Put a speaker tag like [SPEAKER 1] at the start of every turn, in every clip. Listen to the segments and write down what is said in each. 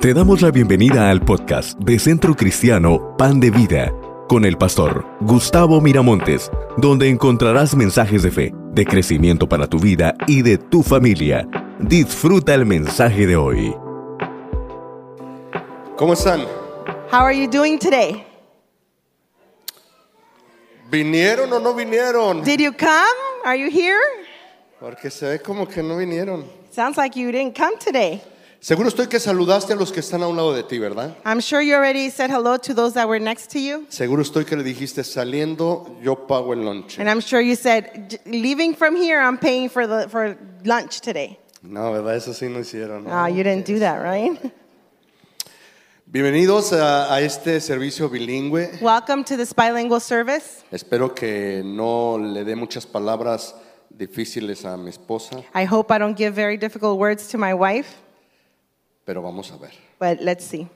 [SPEAKER 1] Te damos la bienvenida al podcast de Centro Cristiano Pan de Vida con el pastor Gustavo Miramontes, donde encontrarás mensajes de fe, de crecimiento para tu vida y de tu familia. Disfruta el mensaje de hoy.
[SPEAKER 2] ¿Cómo están?
[SPEAKER 3] How are you doing today?
[SPEAKER 2] ¿Vinieron o no vinieron?
[SPEAKER 3] Did you come? Are you here?
[SPEAKER 2] Porque se ve como que no vinieron.
[SPEAKER 3] Sounds like you didn't come today.
[SPEAKER 2] Seguro estoy que saludaste a los que están a un lado de ti, ¿verdad?
[SPEAKER 3] I'm sure you already said hello to those that were next to you.
[SPEAKER 2] Seguro estoy que le dijiste saliendo, yo pago el lunch.
[SPEAKER 3] And I'm sure you said, "J- leaving from here, I'm paying for, the, for lunch today.
[SPEAKER 2] No, ¿verdad? Eso sí no hicieron.
[SPEAKER 3] Ah, you didn't do that, right?
[SPEAKER 2] Bienvenidos a, a este servicio bilingüe.
[SPEAKER 3] Welcome to this bilingual service.
[SPEAKER 2] Espero que no le dé muchas palabras difíciles a mi esposa,
[SPEAKER 3] I hope I don't give very difficult words to my wife,
[SPEAKER 2] pero vamos a ver.
[SPEAKER 3] but let's see.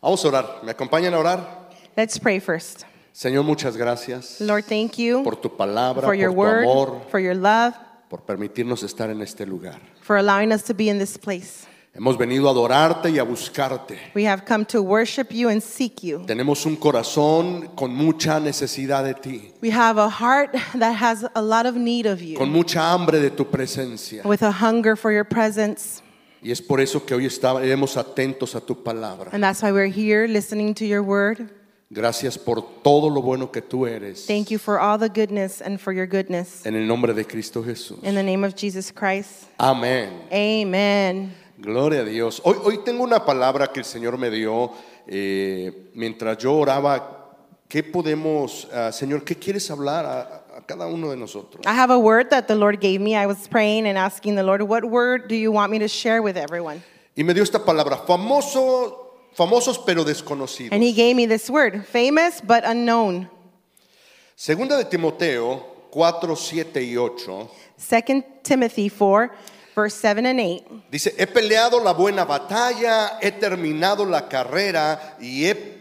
[SPEAKER 2] Vamos a orar. ¿Me acompañan a orar?
[SPEAKER 3] Let's pray first.
[SPEAKER 2] Señor, muchas gracias
[SPEAKER 3] Lord, thank you
[SPEAKER 2] por tu palabra,
[SPEAKER 3] for your
[SPEAKER 2] por tu
[SPEAKER 3] word,
[SPEAKER 2] amor,
[SPEAKER 3] for your love,
[SPEAKER 2] por permitirnos estar en este lugar.
[SPEAKER 3] for allowing us to be in this place.
[SPEAKER 2] Hemos venido a adorarte y a buscarte.
[SPEAKER 3] We have come to worship you and seek you.
[SPEAKER 2] Tenemos un corazón con mucha necesidad de ti,
[SPEAKER 3] We have a heart that has a lot of need of
[SPEAKER 2] con
[SPEAKER 3] you,
[SPEAKER 2] mucha hambre de tu presencia.
[SPEAKER 3] with a hunger for your presence.
[SPEAKER 2] Y es por eso que hoy estaremos atentos a tu palabra.
[SPEAKER 3] And that's why we're here listening to your word.
[SPEAKER 2] Gracias por todo lo bueno que tú eres.
[SPEAKER 3] Thank you for all the goodness and for your goodness.
[SPEAKER 2] En el nombre de Cristo Jesús.
[SPEAKER 3] In the name of Jesus Christ,
[SPEAKER 2] Amén.
[SPEAKER 3] amen.
[SPEAKER 2] Gloria a Dios. Hoy, hoy tengo una palabra que el Señor me dio eh, mientras yo oraba. ¿Qué podemos, ah, Señor, qué quieres hablar a- a cada uno de nosotros?
[SPEAKER 3] I have a word that the Lord gave me. I was praying and asking the Lord, What word do you want me to share with everyone?
[SPEAKER 2] Y me dio esta palabra, famoso, famosos pero desconocidos.
[SPEAKER 3] And He gave me this word famous but unknown.
[SPEAKER 2] Segunda de Timoteo 4, 7 y 8
[SPEAKER 3] Second Timothy 4, verse 7 and 8.
[SPEAKER 2] dice, he peleado la buena batalla, he terminado la carrera y he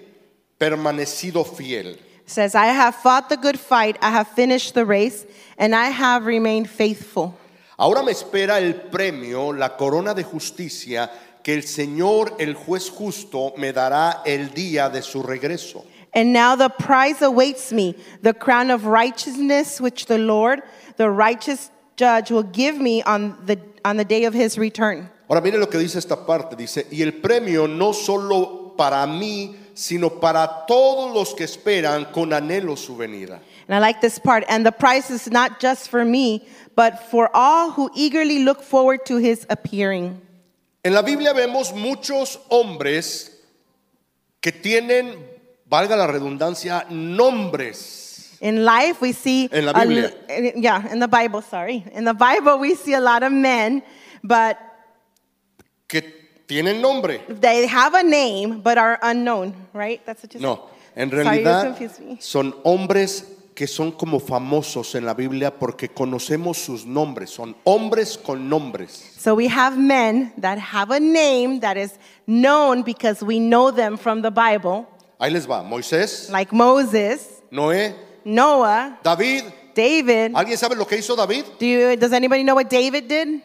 [SPEAKER 2] permanecido fiel.
[SPEAKER 3] says, I have fought the good fight, I have finished the race, and I have remained faithful.
[SPEAKER 2] Ahora me espera el premio, la corona de justicia que el Señor, el juez justo, me dará el día de su regreso.
[SPEAKER 3] And now the prize awaits me, the crown of righteousness, which the Lord, the righteous judge, will give me on the, on the day of his return.
[SPEAKER 2] Ahora mire lo que dice esta parte, dice, y el premio no solo para mí, sino para todos los que esperan con anhelo su venida.
[SPEAKER 3] And I like this part. And the prize is not just for me, but for all who eagerly look forward to his appearing.
[SPEAKER 2] En la Biblia vemos muchos hombres que tienen, valga la redundancia, nombres.
[SPEAKER 3] In life, we see.
[SPEAKER 2] En la
[SPEAKER 3] a l-
[SPEAKER 2] Biblia.
[SPEAKER 3] yeah, in the Bible, sorry. In the Bible, we see a lot of men, but
[SPEAKER 2] Que tienen nombre.
[SPEAKER 3] they have a name but are unknown, right? That's what you
[SPEAKER 2] No, en
[SPEAKER 3] Sorry, you
[SPEAKER 2] realidad
[SPEAKER 3] confused me.
[SPEAKER 2] son hombres que son como famosos en la Biblia porque conocemos sus nombres, son hombres con nombres.
[SPEAKER 3] said. So we have men that have a name that is known because we know them from the Bible,
[SPEAKER 2] Ahí les va, Moisés,
[SPEAKER 3] like Moses,
[SPEAKER 2] Noé,
[SPEAKER 3] Noah,
[SPEAKER 2] David.
[SPEAKER 3] David.
[SPEAKER 2] ¿Alguien sabe lo que hizo David?
[SPEAKER 3] Do you, does anybody know what David did?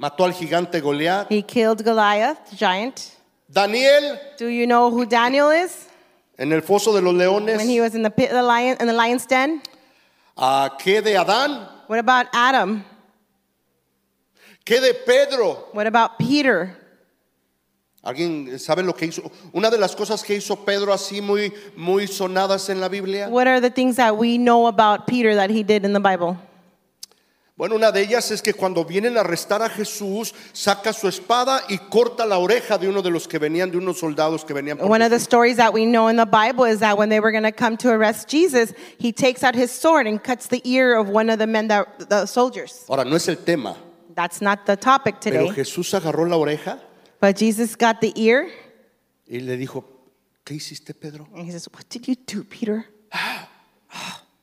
[SPEAKER 2] Mató al gigante Goliat.
[SPEAKER 3] He killed Goliath, the giant.
[SPEAKER 2] Daniel
[SPEAKER 3] Do you know who Daniel is?
[SPEAKER 2] en el foso de los
[SPEAKER 3] When he
[SPEAKER 2] leones.
[SPEAKER 3] was in the pit of the lion in the lion's den.
[SPEAKER 2] ¿A qué de Adán?
[SPEAKER 3] What about Adam?
[SPEAKER 2] ¿Qué de Pedro?
[SPEAKER 3] What about Peter?
[SPEAKER 2] ¿Alguien sabe lo que hizo? Una de las cosas que hizo Pedro así muy muy sonadas en la Biblia.
[SPEAKER 3] What are the things that we know about Peter that he did in the Bible?
[SPEAKER 2] Bueno, una de ellas es que cuando vienen a arrestar a Jesús, saca su espada y corta la oreja de uno de los que venían, de unos soldados que venían. por
[SPEAKER 3] One of the
[SPEAKER 2] Jesús.
[SPEAKER 3] stories that we know in the Bible is that when they were going to come to arrest Jesus, he takes out his sword and cuts the ear of one of the men that the soldiers.
[SPEAKER 2] Ahora, no es el tema,
[SPEAKER 3] That's not the topic
[SPEAKER 2] pero
[SPEAKER 3] today.
[SPEAKER 2] Jesús agarró la oreja
[SPEAKER 3] But Jesus got the ear
[SPEAKER 2] y le dijo, ¿qué hiciste, Pedro?
[SPEAKER 3] and he says, "What did you do, Peter?"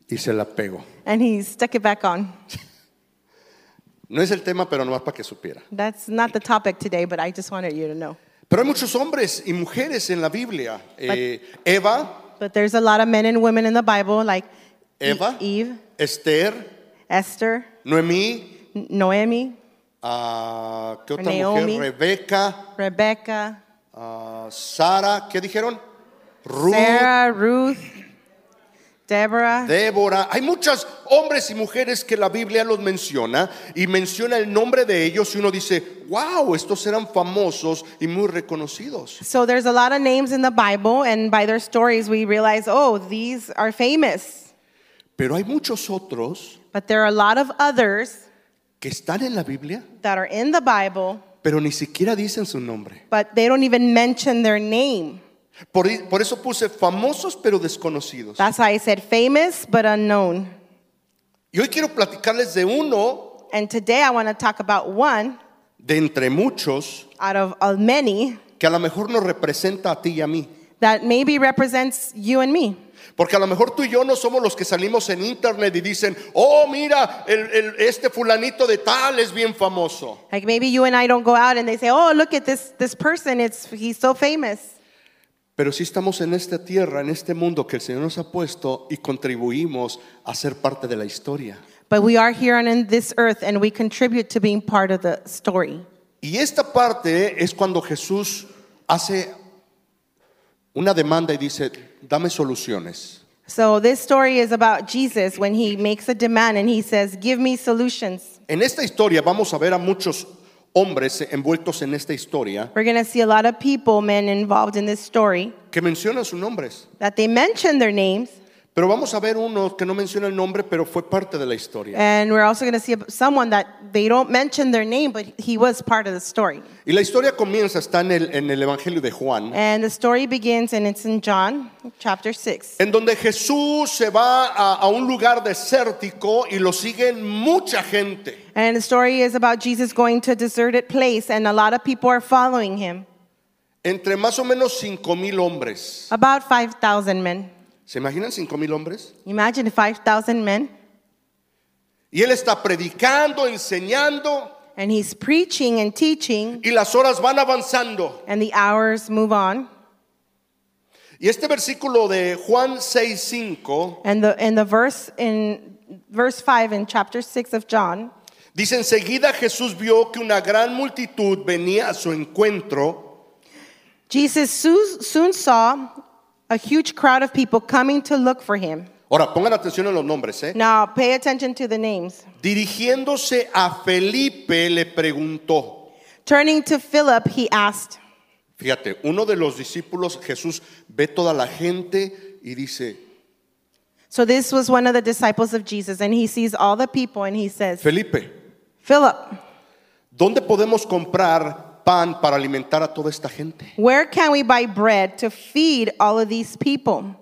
[SPEAKER 2] Y se la pegó.
[SPEAKER 3] And he stuck it back on.
[SPEAKER 2] No es el tema, pero nomás para que supiera.
[SPEAKER 3] That's not the topic today, but I just wanted you to know.
[SPEAKER 2] Pero hay muchos hombres y mujeres en la Biblia. Eh, Eva,
[SPEAKER 3] But there's a lot of men and women in the Bible like E-
[SPEAKER 2] Eva,
[SPEAKER 3] Eve,
[SPEAKER 2] Esther,
[SPEAKER 3] Esther,
[SPEAKER 2] Noemí,
[SPEAKER 3] N- Noemi,
[SPEAKER 2] a ¿qué otra
[SPEAKER 3] Naomi.
[SPEAKER 2] mujer? Rebeca,
[SPEAKER 3] Rebecca,
[SPEAKER 2] a Sara, ¿qué dijeron? Ruth,
[SPEAKER 3] Sarah, Ruth, Deborah.
[SPEAKER 2] Débora. Hay muchos hombres y mujeres que la Biblia los menciona y menciona el nombre de ellos y uno dice, wow, estos eran famosos y muy reconocidos.
[SPEAKER 3] so there's a lot of names in the Bible, and by their stories, we realize, oh, these are famous.
[SPEAKER 2] Pero hay muchos otros
[SPEAKER 3] But there are a lot of others
[SPEAKER 2] que están en la Biblia,
[SPEAKER 3] that are in the Bible,
[SPEAKER 2] pero ni siquiera dicen su nombre.
[SPEAKER 3] but they don't even mention their name.
[SPEAKER 2] Por, por eso puse famosos pero desconocidos.
[SPEAKER 3] That's why I said famous but unknown.
[SPEAKER 2] Y hoy quiero platicarles de uno
[SPEAKER 3] And today I want to talk about one
[SPEAKER 2] de entre muchos
[SPEAKER 3] out of uh, many
[SPEAKER 2] que a lo mejor nos representa a ti y a mí.
[SPEAKER 3] that maybe represents you and me.
[SPEAKER 2] Porque a lo mejor tú y yo no somos los que salimos en internet y dicen, oh, mira, el- el- este fulanito de tal es bien famoso.
[SPEAKER 3] Like maybe you and I don't go out and they say, "Oh, look at this this person. It's he's so famous."
[SPEAKER 2] Pero sí estamos en esta tierra, en este mundo que el Señor nos ha puesto y contribuimos a ser parte de la historia.
[SPEAKER 3] But we are here on in this earth and we contribute to being part of the story.
[SPEAKER 2] Y esta parte es cuando Jesús hace una demanda y dice, dame soluciones.
[SPEAKER 3] So this story is about Jesus when he makes a demand and he says, "Give me solutions."
[SPEAKER 2] En esta historia vamos a ver a muchos hombres envueltos en esta historia
[SPEAKER 3] We're going to see a lot of people, men involved in this story,
[SPEAKER 2] que mencionan sus nombres.
[SPEAKER 3] that they mention their names,
[SPEAKER 2] Pero vamos a ver uno que no menciona el nombre, pero fue parte de la historia.
[SPEAKER 3] and we're also going to see someone that they don't mention their name, but he was part of the story.
[SPEAKER 2] Y la historia comienza, está en el, en el Evangelio de Juan,
[SPEAKER 3] And the story begins and it's in John chapter 6.
[SPEAKER 2] en donde Jesús se va a, a un lugar desértico y lo siguen mucha gente.
[SPEAKER 3] And the story is about Jesus going to a deserted place, and a lot of people are following him.
[SPEAKER 2] Entre más o menos cinco mil hombres.
[SPEAKER 3] About 5,000 men.
[SPEAKER 2] ¿Se imaginan cinco mil hombres?
[SPEAKER 3] Imagine 5,000 men.
[SPEAKER 2] Y él está predicando, enseñando,
[SPEAKER 3] And he's preaching and teaching,
[SPEAKER 2] y las horas van avanzando.
[SPEAKER 3] and the hours move on.
[SPEAKER 2] Y este versículo de Juan 6:5
[SPEAKER 3] And the, and the verse in verse 5 in chapter 6 of John
[SPEAKER 2] dice: Enseguida Jesús vio que una gran multitud venía a su encuentro.
[SPEAKER 3] Jesus soon, soon saw a huge crowd of people coming to look for him.
[SPEAKER 2] Ahora, pongan atención en los nombres. ¿eh?
[SPEAKER 3] Now, pay attention to the names.
[SPEAKER 2] Dirigiéndose a Felipe le preguntó.
[SPEAKER 3] Turning to Philip, he asked,
[SPEAKER 2] Fíjate, uno de los discípulos, Jesús, ve toda la gente y dice,
[SPEAKER 3] So this was one of the disciples of Jesus, and he sees all the people and he says,
[SPEAKER 2] Felipe,
[SPEAKER 3] Philip,
[SPEAKER 2] ¿dónde podemos comprar pan para alimentar a toda esta gente?
[SPEAKER 3] where can we buy bread to feed all of these people?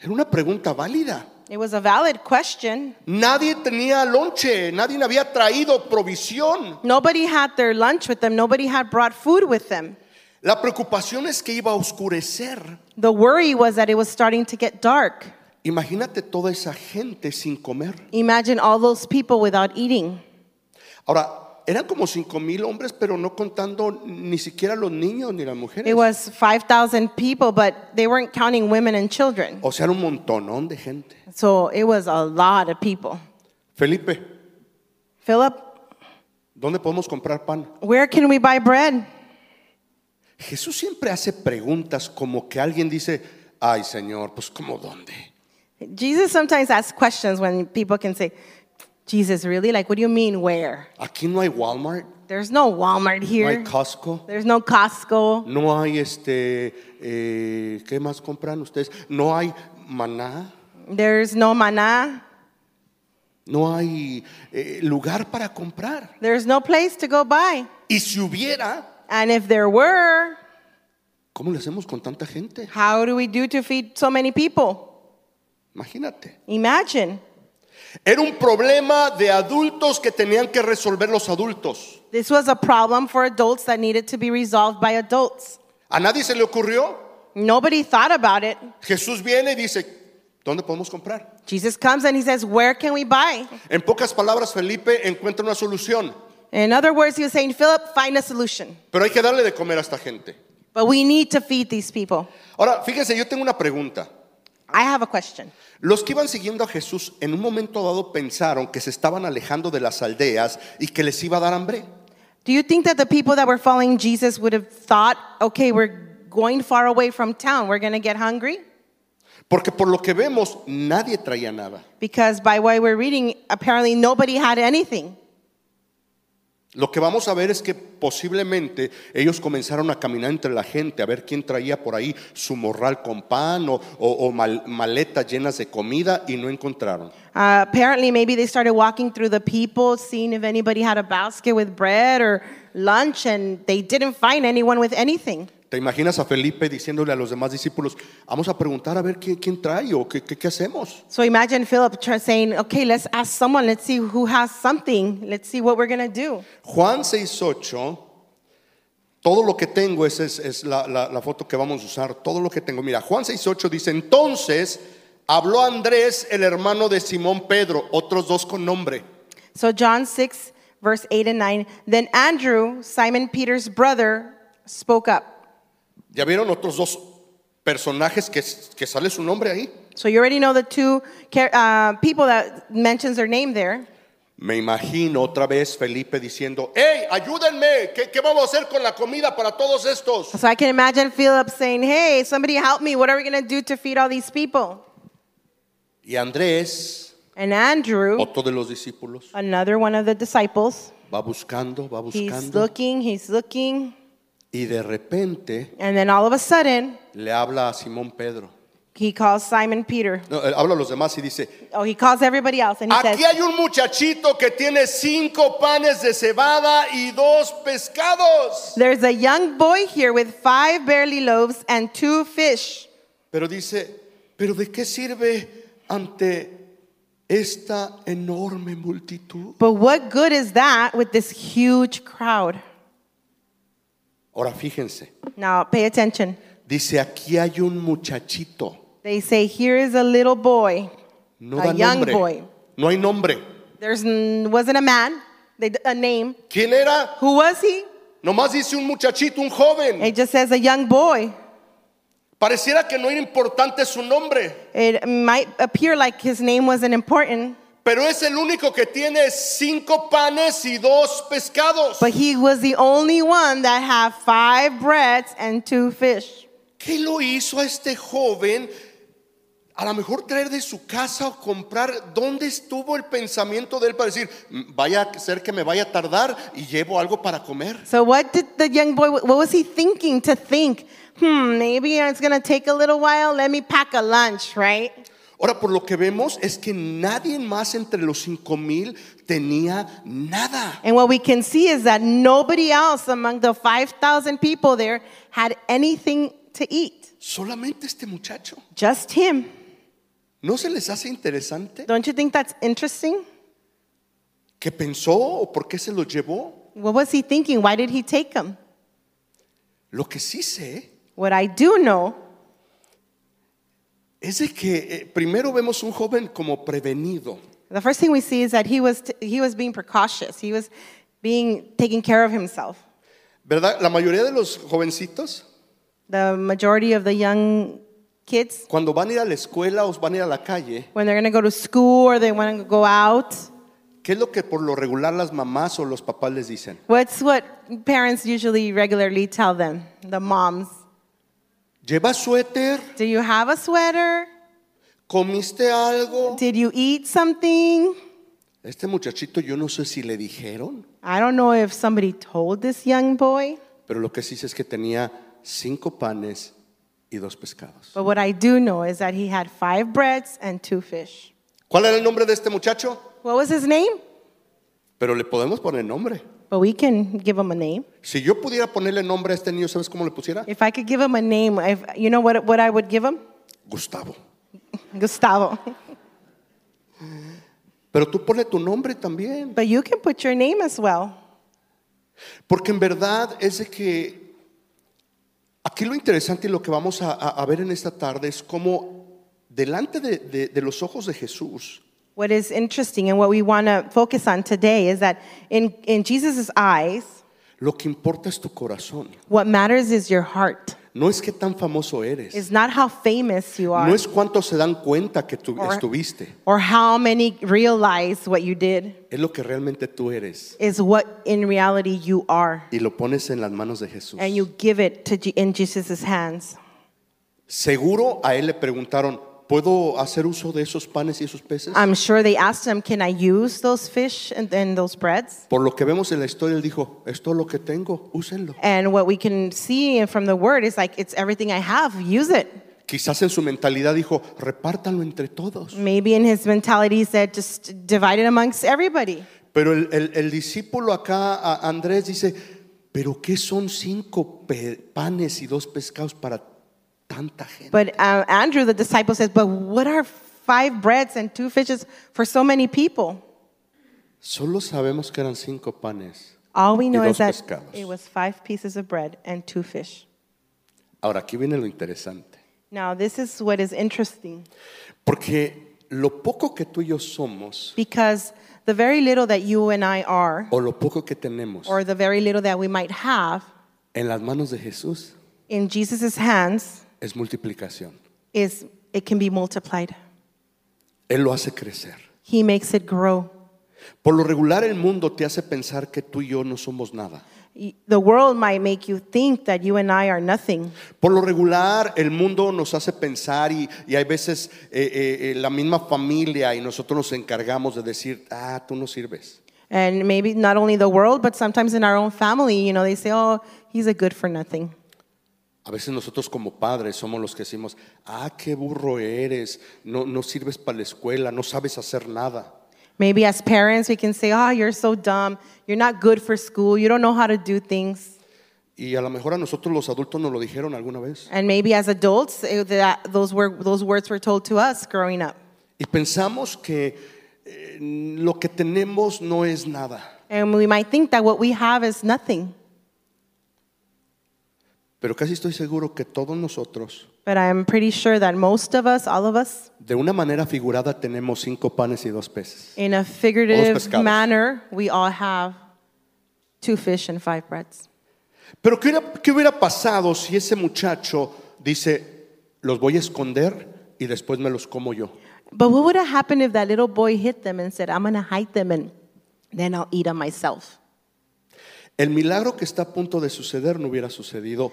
[SPEAKER 2] Era una pregunta válida.
[SPEAKER 3] It was a valid question.
[SPEAKER 2] Nadie tenía lonche, nadie había traído provisión.
[SPEAKER 3] Nobody had their lunch with them, nobody had brought food with them.
[SPEAKER 2] La preocupación es que iba a oscurecer.
[SPEAKER 3] The worry was that it was starting to get dark.
[SPEAKER 2] Imagínate toda esa gente sin comer.
[SPEAKER 3] Imagine all those people without eating.
[SPEAKER 2] Ahora, eran como cinco mil hombres, pero no contando ni siquiera los niños ni las mujeres.
[SPEAKER 3] It was 5,000 people, but they weren't counting women and children.
[SPEAKER 2] O sea, era un montonón de gente.
[SPEAKER 3] So it was a lot of people.
[SPEAKER 2] Felipe,
[SPEAKER 3] Philip,
[SPEAKER 2] ¿dónde podemos comprar pan?
[SPEAKER 3] where can we buy bread?
[SPEAKER 2] Jesús siempre hace preguntas como que alguien dice, ay Señor, pues ¿cómo dónde?
[SPEAKER 3] Jesus sometimes asks questions when people can say, Jesus, really? Like, what do you mean, where?
[SPEAKER 2] Aquí no hay Walmart,
[SPEAKER 3] There's no Walmart
[SPEAKER 2] no
[SPEAKER 3] here.
[SPEAKER 2] hay Costco,
[SPEAKER 3] There's no Costco.
[SPEAKER 2] no hay este, eh, ¿qué más compran ustedes? No hay maná,
[SPEAKER 3] There's no maná.
[SPEAKER 2] no hay eh, lugar para comprar.
[SPEAKER 3] There's no place to go buy.
[SPEAKER 2] Y si hubiera,
[SPEAKER 3] And if there were,
[SPEAKER 2] ¿cómo le hacemos con tanta gente?
[SPEAKER 3] how do we do to feed so many people?
[SPEAKER 2] Imagínate.
[SPEAKER 3] Imagine.
[SPEAKER 2] Era un problema de adultos que tenían que resolver los adultos.
[SPEAKER 3] This was a problem for adults that needed to be resolved by adults.
[SPEAKER 2] A nadie se le ocurrió
[SPEAKER 3] Nobody thought about it.
[SPEAKER 2] Jesús viene y dice, ¿dónde podemos comprar?
[SPEAKER 3] Jesus comes and he says, Where can we buy?
[SPEAKER 2] En pocas palabras, Felipe encuentra una solución,
[SPEAKER 3] In other words, he was saying, Philip, find a solution.
[SPEAKER 2] pero hay que darle de comer a esta gente.
[SPEAKER 3] But we need to feed these people.
[SPEAKER 2] Ahora, fíjense, yo tengo una pregunta.
[SPEAKER 3] I have a question.
[SPEAKER 2] Los que iban siguiendo a Jesús en un momento dado pensaron que se estaban alejando de las aldeas y que les iba a dar hambre.
[SPEAKER 3] Do you think that the people that were following Jesus would have thought, okay, we're going far away from town, we're going to get hungry?
[SPEAKER 2] Porque por lo que vemos, nadie traía nada.
[SPEAKER 3] Because by what we're reading, apparently nobody had anything.
[SPEAKER 2] Lo que vamos a ver es que posiblemente ellos comenzaron a caminar entre la gente, a ver quién traía por ahí su morral con pan o, o- o mal- maletas llenas de comida y no encontraron.
[SPEAKER 3] Uh, apparently, maybe they started walking through the people, seeing if anybody had a basket with bread or lunch, and they didn't find anyone with anything.
[SPEAKER 2] ¿Te imaginas a Felipe diciéndole a los demás discípulos, vamos a preguntar a ver quién, quién trae o qué, qué- qué hacemos?
[SPEAKER 3] So imagine Philip try- saying, okay, let's ask someone, let's see who has something, let's see what we're going to do.
[SPEAKER 2] Juan 6.8, todo lo que tengo, esa es, es la, la- la foto que vamos a usar, todo lo que tengo. Mira, Juan 6.8 dice, entonces habló Andrés, el hermano de Simón Pedro, otros dos con nombre.
[SPEAKER 3] So, John 6, verse 8 and 9. Then Andrew, Simon Peter's brother, spoke up.
[SPEAKER 2] ¿Ya vieron otros dos personajes que, que sale su nombre ahí?
[SPEAKER 3] So, you already know the two char- uh, people that mentions their name there.
[SPEAKER 2] Me imagino otra vez Felipe diciendo, hey, ayúdenme, ¿qué, qué vamos a hacer con la comida para todos estos?
[SPEAKER 3] So, I can imagine Philip saying, hey, somebody help me. What are we going to do to feed all these people?
[SPEAKER 2] Y Andrés,
[SPEAKER 3] And Andrew,
[SPEAKER 2] otro de los discípulos,
[SPEAKER 3] another one of the disciples,
[SPEAKER 2] va buscando, va
[SPEAKER 3] he's
[SPEAKER 2] buscando.
[SPEAKER 3] looking, he's looking.
[SPEAKER 2] Y de repente
[SPEAKER 3] And then all of a sudden,
[SPEAKER 2] le habla a Simón Pedro.
[SPEAKER 3] he calls Simon Peter.
[SPEAKER 2] No, eh, habla a los demás y dice,
[SPEAKER 3] Oh, he calls everybody else and he
[SPEAKER 2] aquí
[SPEAKER 3] says,
[SPEAKER 2] hay un muchachito que tiene cinco panes de cebada y dos pescados.
[SPEAKER 3] There's a young boy here with five barley loaves and two fish.
[SPEAKER 2] Pero dice, ¿pero de qué sirve ante esta enorme multitud?
[SPEAKER 3] But what good is that with this huge crowd?
[SPEAKER 2] Ahora fíjense,
[SPEAKER 3] Now, pay attention.
[SPEAKER 2] dice, aquí hay un muchachito,
[SPEAKER 3] They say, Here is a little boy.
[SPEAKER 2] no da
[SPEAKER 3] A young
[SPEAKER 2] nombre,
[SPEAKER 3] boy.
[SPEAKER 2] no hay nombre.
[SPEAKER 3] There's n- wasn't a man, they, a name.
[SPEAKER 2] ¿Quién era?
[SPEAKER 3] Who was he?
[SPEAKER 2] Nomás dice un muchachito, un joven.
[SPEAKER 3] It just says a young boy.
[SPEAKER 2] Pareciera que no era importante su nombre,
[SPEAKER 3] It might appear like his name wasn't important,
[SPEAKER 2] pero es el único que tiene cinco panes y dos pescados.
[SPEAKER 3] but he was the only one that had five breads and two fish.
[SPEAKER 2] ¿Qué lo hizo a este joven? A lo mejor traer de su casa o comprar. ¿Dónde estuvo el pensamiento de él para decir, "Mm, vaya a ser que me vaya a tardar y llevo algo para comer?
[SPEAKER 3] So what did the young boy? What was he thinking? To think, hmm, maybe it's gonna take a little while. Let me pack a lunch, right?
[SPEAKER 2] Ahora, por lo que vemos es que nadie más entre los cinco mil tenía nada.
[SPEAKER 3] And what we can see is that nobody else among the five thousand people there had anything to eat.
[SPEAKER 2] Solamente este muchacho.
[SPEAKER 3] Just him.
[SPEAKER 2] ¿No se les hace interesante?
[SPEAKER 3] Don't you think that's interesting?
[SPEAKER 2] ¿Qué pensó o por qué se lo llevó?
[SPEAKER 3] What was he thinking? Why did he take him?
[SPEAKER 2] Lo que sí sé
[SPEAKER 3] What I do know
[SPEAKER 2] es de que eh, primero vemos un joven como prevenido.
[SPEAKER 3] The first thing we see is that he was, he was being precautious. He was being taking care of himself.
[SPEAKER 2] ¿Verdad? La mayoría de los jovencitos
[SPEAKER 3] The majority of the young kids,
[SPEAKER 2] Cuando van a ir a la escuela o van a ir a la calle,
[SPEAKER 3] when they're going to go to school or they want to go out,
[SPEAKER 2] ¿qué es lo que por lo regular las mamás o los papás les dicen?
[SPEAKER 3] what's what parents usually regularly tell them, the moms?
[SPEAKER 2] ¿Llevas suéter?
[SPEAKER 3] Do you have a sweater?
[SPEAKER 2] ¿Comiste algo?
[SPEAKER 3] Did you eat something?
[SPEAKER 2] Este muchachito yo no sé si le dijeron,
[SPEAKER 3] I don't know if somebody told this young boy,
[SPEAKER 2] pero lo que sí sé es que tenía cinco panes y dos pescados.
[SPEAKER 3] but what I do know is that he had five breads and two fish.
[SPEAKER 2] ¿Cuál era el nombre de este muchacho?
[SPEAKER 3] What was his name?
[SPEAKER 2] Pero le podemos poner nombre.
[SPEAKER 3] But we can give him a name.
[SPEAKER 2] Si yo pudiera ponerle nombre a este niño, ¿sabes cómo le pusiera?
[SPEAKER 3] If I could give him a name, if, you know what, what I would give him?
[SPEAKER 2] Gustavo.
[SPEAKER 3] Gustavo.
[SPEAKER 2] Pero tú ponle tu nombre también.
[SPEAKER 3] But you can put your name as well.
[SPEAKER 2] Porque en verdad es de que aquí lo interesante y lo que vamos a, a- a ver en esta tarde es cómo delante de, de- de los ojos de Jesús,
[SPEAKER 3] What is interesting and what we want to focus on today is that in, in Jesus' eyes,
[SPEAKER 2] lo que importa es tu corazón.
[SPEAKER 3] what matters is your heart.
[SPEAKER 2] No es que tan famoso eres.
[SPEAKER 3] It's not how famous you are
[SPEAKER 2] No es cuánto se dan cuenta que tú
[SPEAKER 3] Or-
[SPEAKER 2] estuviste.
[SPEAKER 3] or how many realize what you did.
[SPEAKER 2] Es lo que realmente tú eres.
[SPEAKER 3] Is what in reality you are.
[SPEAKER 2] Y lo pones en las manos de Jesús.
[SPEAKER 3] And you give it to Je- in Jesus' hands.
[SPEAKER 2] Seguro a él le preguntaron, ¿puedo hacer uso de esos panes y esos peces?
[SPEAKER 3] I'm sure they asked him, Can I use those fish and, and those breads?
[SPEAKER 2] Por lo que vemos en la historia, él dijo, es todo lo que tengo, úsenlo.
[SPEAKER 3] And what we can see from the word is like, It's everything I have, use it.
[SPEAKER 2] Quizás en su mentalidad dijo, repártanlo entre todos.
[SPEAKER 3] Maybe in his mentality, he said, Just divide it amongst everybody.
[SPEAKER 2] Pero el, el- el discípulo acá, a- Andrés, dice, ¿pero qué son cinco pe- panes y dos pescados para tanta gente?
[SPEAKER 3] But uh, Andrew, the disciple, says, But what are five breads and two fishes for so many people?
[SPEAKER 2] Solo sabemos que eran cinco panes.
[SPEAKER 3] All we know
[SPEAKER 2] Y dos
[SPEAKER 3] is that
[SPEAKER 2] pescados.
[SPEAKER 3] it was five pieces of bread and two fish.
[SPEAKER 2] Ahora, aquí viene lo interesante.
[SPEAKER 3] Now, this is what is interesting
[SPEAKER 2] Porque lo poco que tú y yo somos,
[SPEAKER 3] because the very little that you and I are,
[SPEAKER 2] o lo poco que tenemos,
[SPEAKER 3] or the very little that we might have,
[SPEAKER 2] en las manos de Jesús
[SPEAKER 3] in Jesus' hands,
[SPEAKER 2] es multiplicación.
[SPEAKER 3] is it can be multiplied.
[SPEAKER 2] Él lo hace crecer.
[SPEAKER 3] He makes it grow.
[SPEAKER 2] Por lo regular el mundo te hace pensar que tú y yo no somos nada.
[SPEAKER 3] Y- The world might make you think that you and I are nothing.
[SPEAKER 2] Por lo regular el mundo nos hace pensar y, y hay veces eh, eh, eh, la misma familia y nosotros nos encargamos de decir, ah, tú no sirves.
[SPEAKER 3] And maybe not only the world, but sometimes in our own family, you know, they say, oh, he's a good for nothing.
[SPEAKER 2] A veces nosotros como padres somos los que decimos, ah, qué burro eres, no, no sirves para la escuela, no sabes hacer nada.
[SPEAKER 3] Maybe as parents, we can say, oh, you're so dumb. You're not good for school. You don't know how to do things.
[SPEAKER 2] Y a lo mejor a nosotros los adultos nos lo dijeron alguna vez.
[SPEAKER 3] And maybe as adults, eh, that, those, were, those words were told to us growing up.
[SPEAKER 2] Y pensamos que eh, lo que tenemos no es nada.
[SPEAKER 3] And we might think that what we have is nothing.
[SPEAKER 2] Pero casi estoy seguro que todos nosotros,
[SPEAKER 3] But I'm pretty sure that most of us, all of us,
[SPEAKER 2] de una manera figurada, tenemos cinco panes y dos peces.
[SPEAKER 3] in a figurative
[SPEAKER 2] pescados.
[SPEAKER 3] manner, we all have two fish and five breads.
[SPEAKER 2] Pero ¿qué hubiera, qué hubiera pasado si ese muchacho dice, los voy a esconder y después me los como yo?
[SPEAKER 3] But what would have happened if that little boy hit them and said, I'm going to hide them and then I'll eat them myself?
[SPEAKER 2] El milagro que está a punto de suceder no hubiera sucedido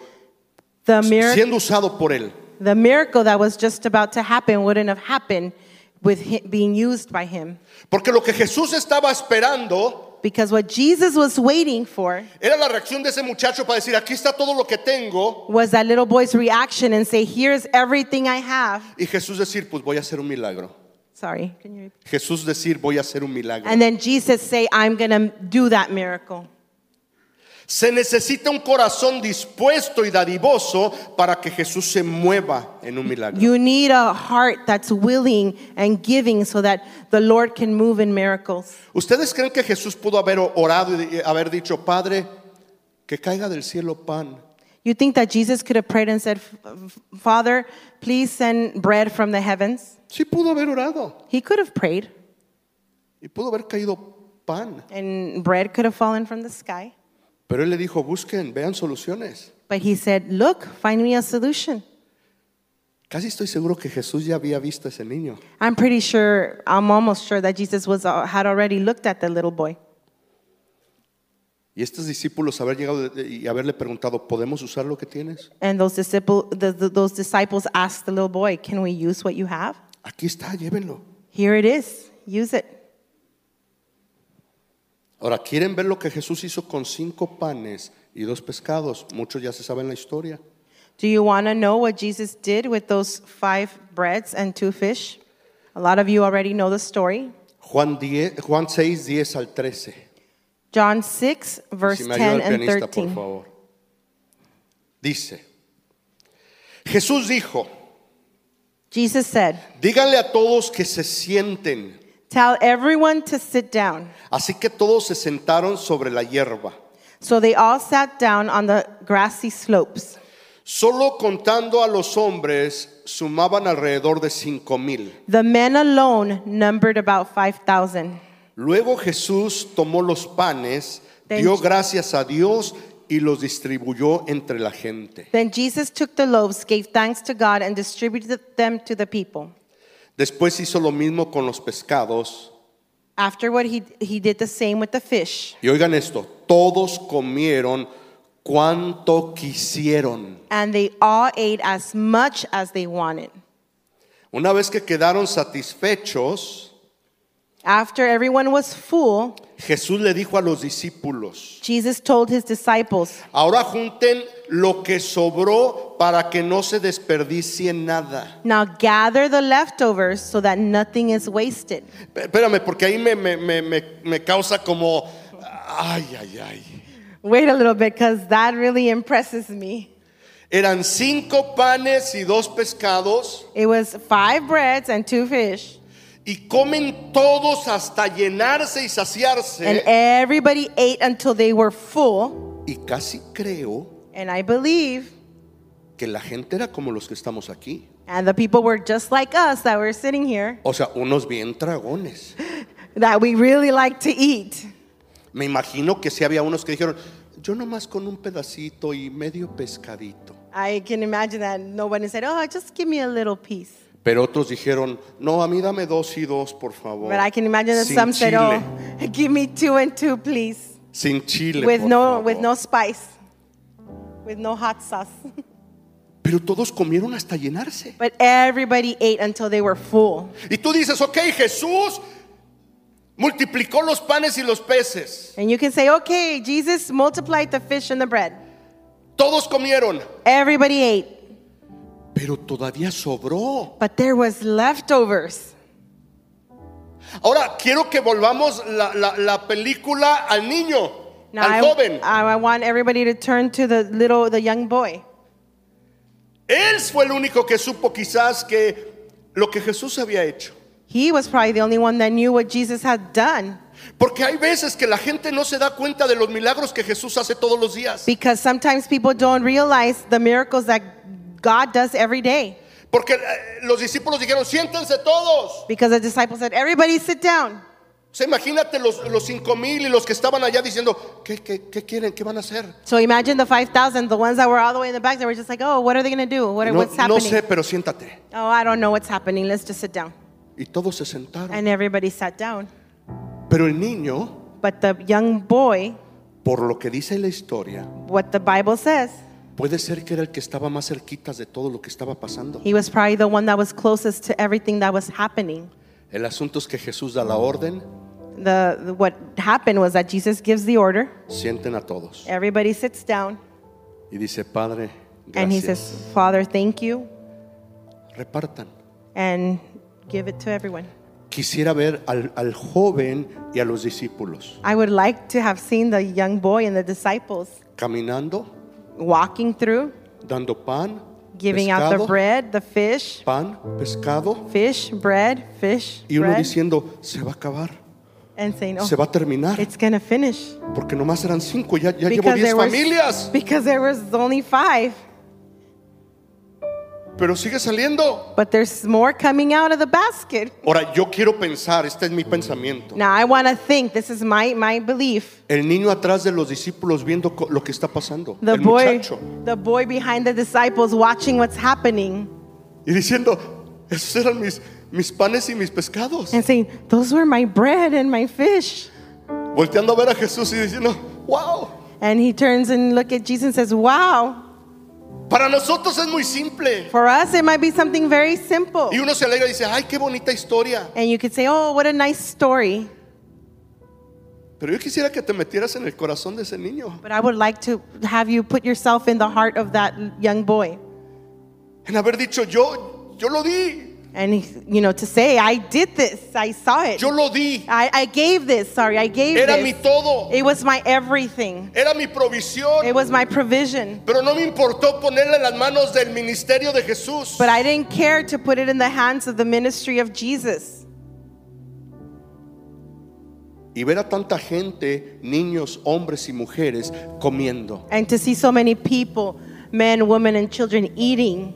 [SPEAKER 3] The miracle.
[SPEAKER 2] siendo usado por él.
[SPEAKER 3] The miracle that was just about to happen wouldn't have happened with him being used by him.
[SPEAKER 2] Porque lo que Jesús estaba esperando
[SPEAKER 3] Because what Jesus was waiting for
[SPEAKER 2] era la reacción de ese muchacho para decir, aquí está todo lo que tengo.
[SPEAKER 3] was that little boy's reaction and say, Here's everything I have.
[SPEAKER 2] Y Jesús decir, pues voy a hacer un milagro.
[SPEAKER 3] Sorry. Can you repeat?
[SPEAKER 2] Jesús decir, voy a hacer un milagro.
[SPEAKER 3] And then Jesus say, I'm going to do that miracle.
[SPEAKER 2] Se necesita un corazón dispuesto y dadivoso para que Jesús se mueva en un milagro.
[SPEAKER 3] You need a heart that's willing and giving so that the Lord can move in miracles.
[SPEAKER 2] ¿Ustedes creen que Jesús pudo haber orado y haber dicho, Padre, que caiga del cielo pan?
[SPEAKER 3] You think that Jesus could have prayed and said, Father, please send bread from the heavens?
[SPEAKER 2] Sí pudo haber orado
[SPEAKER 3] He could have prayed,
[SPEAKER 2] y pudo haber caído pan.
[SPEAKER 3] and bread could have fallen from the sky.
[SPEAKER 2] Pero él le dijo, busquen, vean soluciones.
[SPEAKER 3] But he said, Look, find me a solution.
[SPEAKER 2] Casi estoy seguro que Jesús ya había visto a ese niño.
[SPEAKER 3] I'm pretty sure, I'm almost sure that Jesus was, uh, had already looked at the little boy.
[SPEAKER 2] Y estos discípulos haber llegado de- y haberle preguntado, ¿podemos usar lo que tienes?
[SPEAKER 3] And those, disciple, the, the- those disciples asked the little boy, Can we use what you have?
[SPEAKER 2] Aquí está, llévenlo.
[SPEAKER 3] Here it is, use it.
[SPEAKER 2] Ahora, ¿quieren ver lo que Jesús hizo con cinco panes y dos pescados? Muchos ya se saben la historia.
[SPEAKER 3] Do you want to know what Jesus did with those five breads and two fish? A lot of you already know the story.
[SPEAKER 2] Juan, 10, Juan 6, 10 al 13.
[SPEAKER 3] John 6, verse
[SPEAKER 2] si me ayuda el
[SPEAKER 3] 10 and
[SPEAKER 2] pianista, por
[SPEAKER 3] 13.
[SPEAKER 2] favor. Dice, Jesús dijo,
[SPEAKER 3] Jesus said,
[SPEAKER 2] díganle a todos que se sienten.
[SPEAKER 3] Tell everyone to sit down.
[SPEAKER 2] Así que todos se sentaron sobre la hierba,
[SPEAKER 3] So they all sat down on the grassy slopes.
[SPEAKER 2] solo contando a los hombres sumaban alrededor de cinco mil.
[SPEAKER 3] The men alone numbered about 5,000.
[SPEAKER 2] Luego Jesús tomó los panes,
[SPEAKER 3] Thank
[SPEAKER 2] dio
[SPEAKER 3] you.
[SPEAKER 2] gracias a Dios y los distribuyó entre la gente.
[SPEAKER 3] Then Jesus took the loaves, gave thanks to God, and distributed them to the people.
[SPEAKER 2] Después hizo lo mismo con los pescados.
[SPEAKER 3] Afterward, he, he did the same with the fish.
[SPEAKER 2] Y oigan esto, todos comieron cuanto quisieron.
[SPEAKER 3] And they all ate as much as they wanted.
[SPEAKER 2] Una vez que quedaron satisfechos,
[SPEAKER 3] After everyone was full,
[SPEAKER 2] Jesús le dijo a los discípulos,
[SPEAKER 3] Jesus told his disciples,
[SPEAKER 2] ahora junten lo que sobró para que no se desperdicie nada.
[SPEAKER 3] Now gather the leftovers so that nothing is wasted.
[SPEAKER 2] P- Espérame, porque ahí me, me- me- me- me causa como, ay, ay, ay.
[SPEAKER 3] Wait a little bit because that really impresses me.
[SPEAKER 2] Eran cinco panes y dos pescados
[SPEAKER 3] It was five breads and two fish,
[SPEAKER 2] y comen todos hasta llenarse y
[SPEAKER 3] and
[SPEAKER 2] saciarse.
[SPEAKER 3] everybody ate until they were full.
[SPEAKER 2] Y casi creo
[SPEAKER 3] And I believe,
[SPEAKER 2] que la gente era como los que estamos aquí.
[SPEAKER 3] and the people were just like us that were sitting here,
[SPEAKER 2] O sea, unos bien dragones.
[SPEAKER 3] that we really like to eat.
[SPEAKER 2] Me imagino que sí había unos que dijeron, yo nomás con un pedacito y medio pescadito.
[SPEAKER 3] I can imagine that no one said, "Oh, just give me a little piece."
[SPEAKER 2] Pero otros dijeron, no, a mí dame dos y dos, por favor.
[SPEAKER 3] But I can imagine that
[SPEAKER 2] Sin
[SPEAKER 3] some said,
[SPEAKER 2] chile.
[SPEAKER 3] "Oh, give me two and two, please,
[SPEAKER 2] Sin chile.
[SPEAKER 3] with
[SPEAKER 2] por
[SPEAKER 3] no
[SPEAKER 2] favor".
[SPEAKER 3] with no spice, with no hot sauce."
[SPEAKER 2] Pero todos comieron hasta llenarse.
[SPEAKER 3] but everybody ate until they were full.
[SPEAKER 2] Y tú dices, ok, Jesús multiplicó los panes y los peces.
[SPEAKER 3] And you can say, "Okay, Jesus multiplied the fish and the bread.
[SPEAKER 2] Todos comieron,
[SPEAKER 3] Everybody ate,
[SPEAKER 2] pero todavía sobró.
[SPEAKER 3] but there was leftovers."
[SPEAKER 2] Ahora quiero que volvamos la, la- la película al niño,
[SPEAKER 3] Now
[SPEAKER 2] al
[SPEAKER 3] I,
[SPEAKER 2] joven.
[SPEAKER 3] I, I want everybody to turn to the little, the young boy.
[SPEAKER 2] Él fue el único que supo quizás que lo que Jesús había hecho.
[SPEAKER 3] He was probably the only one that knew what Jesus had done.
[SPEAKER 2] Porque hay veces que la gente no se da cuenta de los milagros que Jesús hace todos los días.
[SPEAKER 3] Because sometimes people don't realize the miracles that God does every day.
[SPEAKER 2] Porque eh, los discípulos dijeron, siéntense todos.
[SPEAKER 3] Because the disciples said, Everybody sit down.
[SPEAKER 2] O sea, imagínate los, los cinco mil y los que estaban allá diciendo, ¿qué, qué, qué quieren? ¿Qué van a hacer?
[SPEAKER 3] So imagine the 5,000, the ones that were all the way in the back, they were just like, Oh, what are they going to do? What,
[SPEAKER 2] No,
[SPEAKER 3] what's
[SPEAKER 2] no
[SPEAKER 3] happening?
[SPEAKER 2] sé, pero siéntate.
[SPEAKER 3] Oh, I don't know what's happening. Let's just sit down.
[SPEAKER 2] Y todos se sentaron.
[SPEAKER 3] And everybody sat down.
[SPEAKER 2] Pero el niño,
[SPEAKER 3] But the young boy,
[SPEAKER 2] por lo que dice la historia,
[SPEAKER 3] what the Bible says,
[SPEAKER 2] Puede ser que era el que estaba más cerquita de todo lo que estaba pasando.
[SPEAKER 3] he was probably the one that was closest to everything that was happening.
[SPEAKER 2] El asunto es que Jesús da la orden,
[SPEAKER 3] The, the- what happened was that Jesus gives the order.
[SPEAKER 2] sienten a todos
[SPEAKER 3] Everybody sits down,
[SPEAKER 2] y dice, Padre,
[SPEAKER 3] and he
[SPEAKER 2] gracias.
[SPEAKER 3] says, "Father, thank you,
[SPEAKER 2] Repartan.
[SPEAKER 3] and give it to everyone."
[SPEAKER 2] Quisiera ver al, al joven y a los discípulos
[SPEAKER 3] I would like to have seen the young boy and the disciples
[SPEAKER 2] caminando,
[SPEAKER 3] walking through,
[SPEAKER 2] dando pan,
[SPEAKER 3] giving out
[SPEAKER 2] pescado,
[SPEAKER 3] the bread, the fish,
[SPEAKER 2] pan, pescado,
[SPEAKER 3] fish, bread, fish,
[SPEAKER 2] y uno
[SPEAKER 3] bread,
[SPEAKER 2] diciendo, se va a acabar,
[SPEAKER 3] and saying,
[SPEAKER 2] se
[SPEAKER 3] "Oh,
[SPEAKER 2] va a terminar,
[SPEAKER 3] it's gonna finish."
[SPEAKER 2] porque nomás eran cinco, ya, ya llevo diez
[SPEAKER 3] there was,
[SPEAKER 2] familias,
[SPEAKER 3] because there was only five,
[SPEAKER 2] pero sigue saliendo.
[SPEAKER 3] but there's more coming out of the basket.
[SPEAKER 2] Ahora, yo quiero pensar, este es mi pensamiento.
[SPEAKER 3] Now I want to think. This is my my belief.
[SPEAKER 2] El niño atrás de los discípulos viendo co- lo que está pasando.
[SPEAKER 3] The
[SPEAKER 2] el
[SPEAKER 3] boy,
[SPEAKER 2] muchacho.
[SPEAKER 3] the boy behind the disciples watching what's happening.
[SPEAKER 2] Y diciendo, esos eran mis, mis panes y mis pescados.
[SPEAKER 3] and saying, Those were my bread and my fish.
[SPEAKER 2] Volteando a ver a Jesús y diciendo, wow.
[SPEAKER 3] And he turns and look at Jesus and says, Wow,
[SPEAKER 2] Para nosotros es muy simple.
[SPEAKER 3] for us it might be something very simple.
[SPEAKER 2] Y uno se alegra y dice, ay, qué bonita historia.
[SPEAKER 3] and you could say, Oh, what a nice story.
[SPEAKER 2] Pero yo quisiera que te metieras en el corazón de ese niño.
[SPEAKER 3] But I would like to have you put yourself in the heart of that young boy.
[SPEAKER 2] En haber dicho, yo, yo lo di.
[SPEAKER 3] And, he, you know, to say, I did this, I saw it.
[SPEAKER 2] Yo lo di.
[SPEAKER 3] I, I gave this, sorry, I gave
[SPEAKER 2] Era
[SPEAKER 3] this.
[SPEAKER 2] mi todo.
[SPEAKER 3] It was my everything,
[SPEAKER 2] Era mi provisión.
[SPEAKER 3] it was my provision.
[SPEAKER 2] Pero no me importó ponerla en las manos del ministerio de Jesús.
[SPEAKER 3] But I didn't care to put it in the hands of the ministry of Jesus.
[SPEAKER 2] y ver a tanta gente, niños, hombres y mujeres comiendo.
[SPEAKER 3] and to see so many people, men, women, and children eating.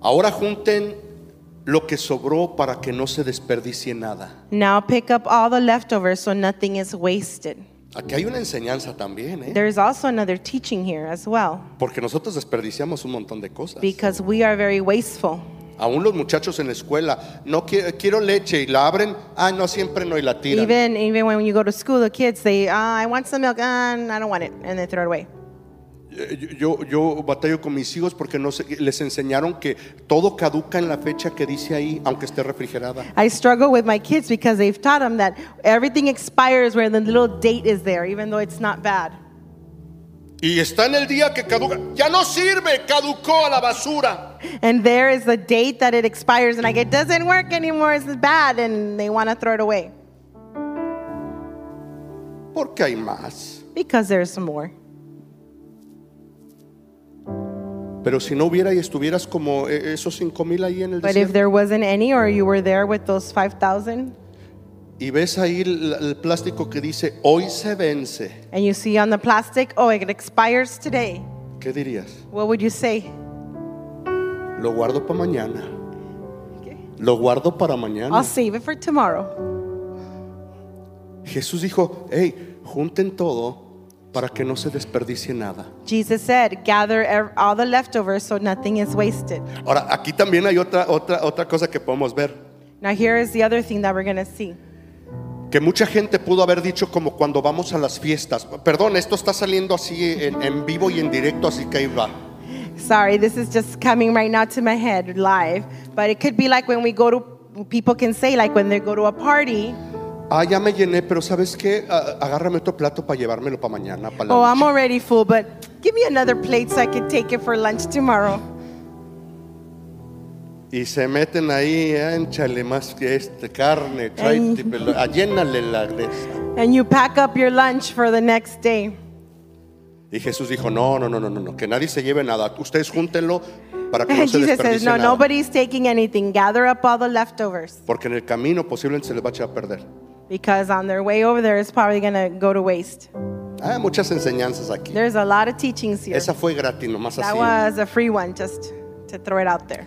[SPEAKER 2] Ahora junten lo que sobró para que no se desperdicie nada.
[SPEAKER 3] Now pick up all the leftovers so nothing is wasted.
[SPEAKER 2] Aquí hay una enseñanza también, ¿eh?
[SPEAKER 3] There is also another teaching here as well
[SPEAKER 2] Porque nosotros desperdiciamos un montón de cosas.
[SPEAKER 3] because we are very wasteful.
[SPEAKER 2] Aún los muchachos en la escuela, no qui- quiero leche y la abren, ah, no, siempre no y la tiran.
[SPEAKER 3] Even even when you go to school, the kids say, ah, "I want some milk, ah, I don't want it," and they throw it away.
[SPEAKER 2] Eh, Yo, yo batallo con mis hijos porque no sé- les enseñaron que todo caduca en la fecha que dice ahí, aunque esté refrigerada.
[SPEAKER 3] I struggle with my kids because they've taught them that everything expires where the little date is there, even though it's not bad.
[SPEAKER 2] Y está en el día que caduca. Ya no sirve, caducó a la basura.
[SPEAKER 3] And there is the date that it expires, and like it doesn't work anymore. It's bad, and they want to throw it away
[SPEAKER 2] Porque hay más.
[SPEAKER 3] because there's some more.
[SPEAKER 2] Pero si no hubiera y estuvieras como eh, esos cinco mil ahí en el
[SPEAKER 3] But if
[SPEAKER 2] desierto
[SPEAKER 3] there wasn't any, or you were there with those five thousand,
[SPEAKER 2] y ves ahí el, el plástico que dice hoy se vence,
[SPEAKER 3] and you see on the plastic, "Oh, it expires today,"
[SPEAKER 2] ¿qué dirías?
[SPEAKER 3] what would you say?
[SPEAKER 2] Lo guardo para mañana. Lo guardo para mañana.
[SPEAKER 3] I'll save it for tomorrow.
[SPEAKER 2] Jesús dijo, hey, junten todo para que no se desperdicie nada.
[SPEAKER 3] Jesus said, "Gather ev- all the leftovers, so nothing is wasted."
[SPEAKER 2] Ahora, aquí también hay otra, otra, otra cosa que podemos ver.
[SPEAKER 3] Now, here is the other thing that we're gonna see.
[SPEAKER 2] Que mucha gente pudo haber dicho como cuando vamos a las fiestas. Perdón, esto está saliendo así en, en vivo y en directo, así que ahí va.
[SPEAKER 3] Sorry, this is just coming right now to my head live, but it could be like when we go to people can say like when they go to a party,
[SPEAKER 2] Ah, ya me llené, pero ¿sabes qué? Ah, Agárrame otro plato para llevármelo para mañana. para la
[SPEAKER 3] "Oh, I'm
[SPEAKER 2] noche".
[SPEAKER 3] already full, but give me another plate so I can take it for lunch tomorrow."
[SPEAKER 2] Y se meten ahí, "Ah, échale más que este carne, tráete, pero, ah, llénale la de esta.
[SPEAKER 3] And you pack up your lunch for the next day.
[SPEAKER 2] Y Jesús dijo, no, no, no, no, no, no, que nadie se lleve nada. Ustedes júntenlo para que no
[SPEAKER 3] And
[SPEAKER 2] se
[SPEAKER 3] Jesus
[SPEAKER 2] desperdicie
[SPEAKER 3] says, "No,
[SPEAKER 2] nada.
[SPEAKER 3] nobody's taking anything. Gather up all the leftovers
[SPEAKER 2] Porque en el camino posiblemente se les va a echar a perder.
[SPEAKER 3] because on their way over there it's probably going to go to waste."
[SPEAKER 2] Hay Ah, muchas enseñanzas aquí.
[SPEAKER 3] There's a lot of teachings here.
[SPEAKER 2] Esa fue gratis, nomás
[SPEAKER 3] That
[SPEAKER 2] así.
[SPEAKER 3] was a free one just to throw it out there.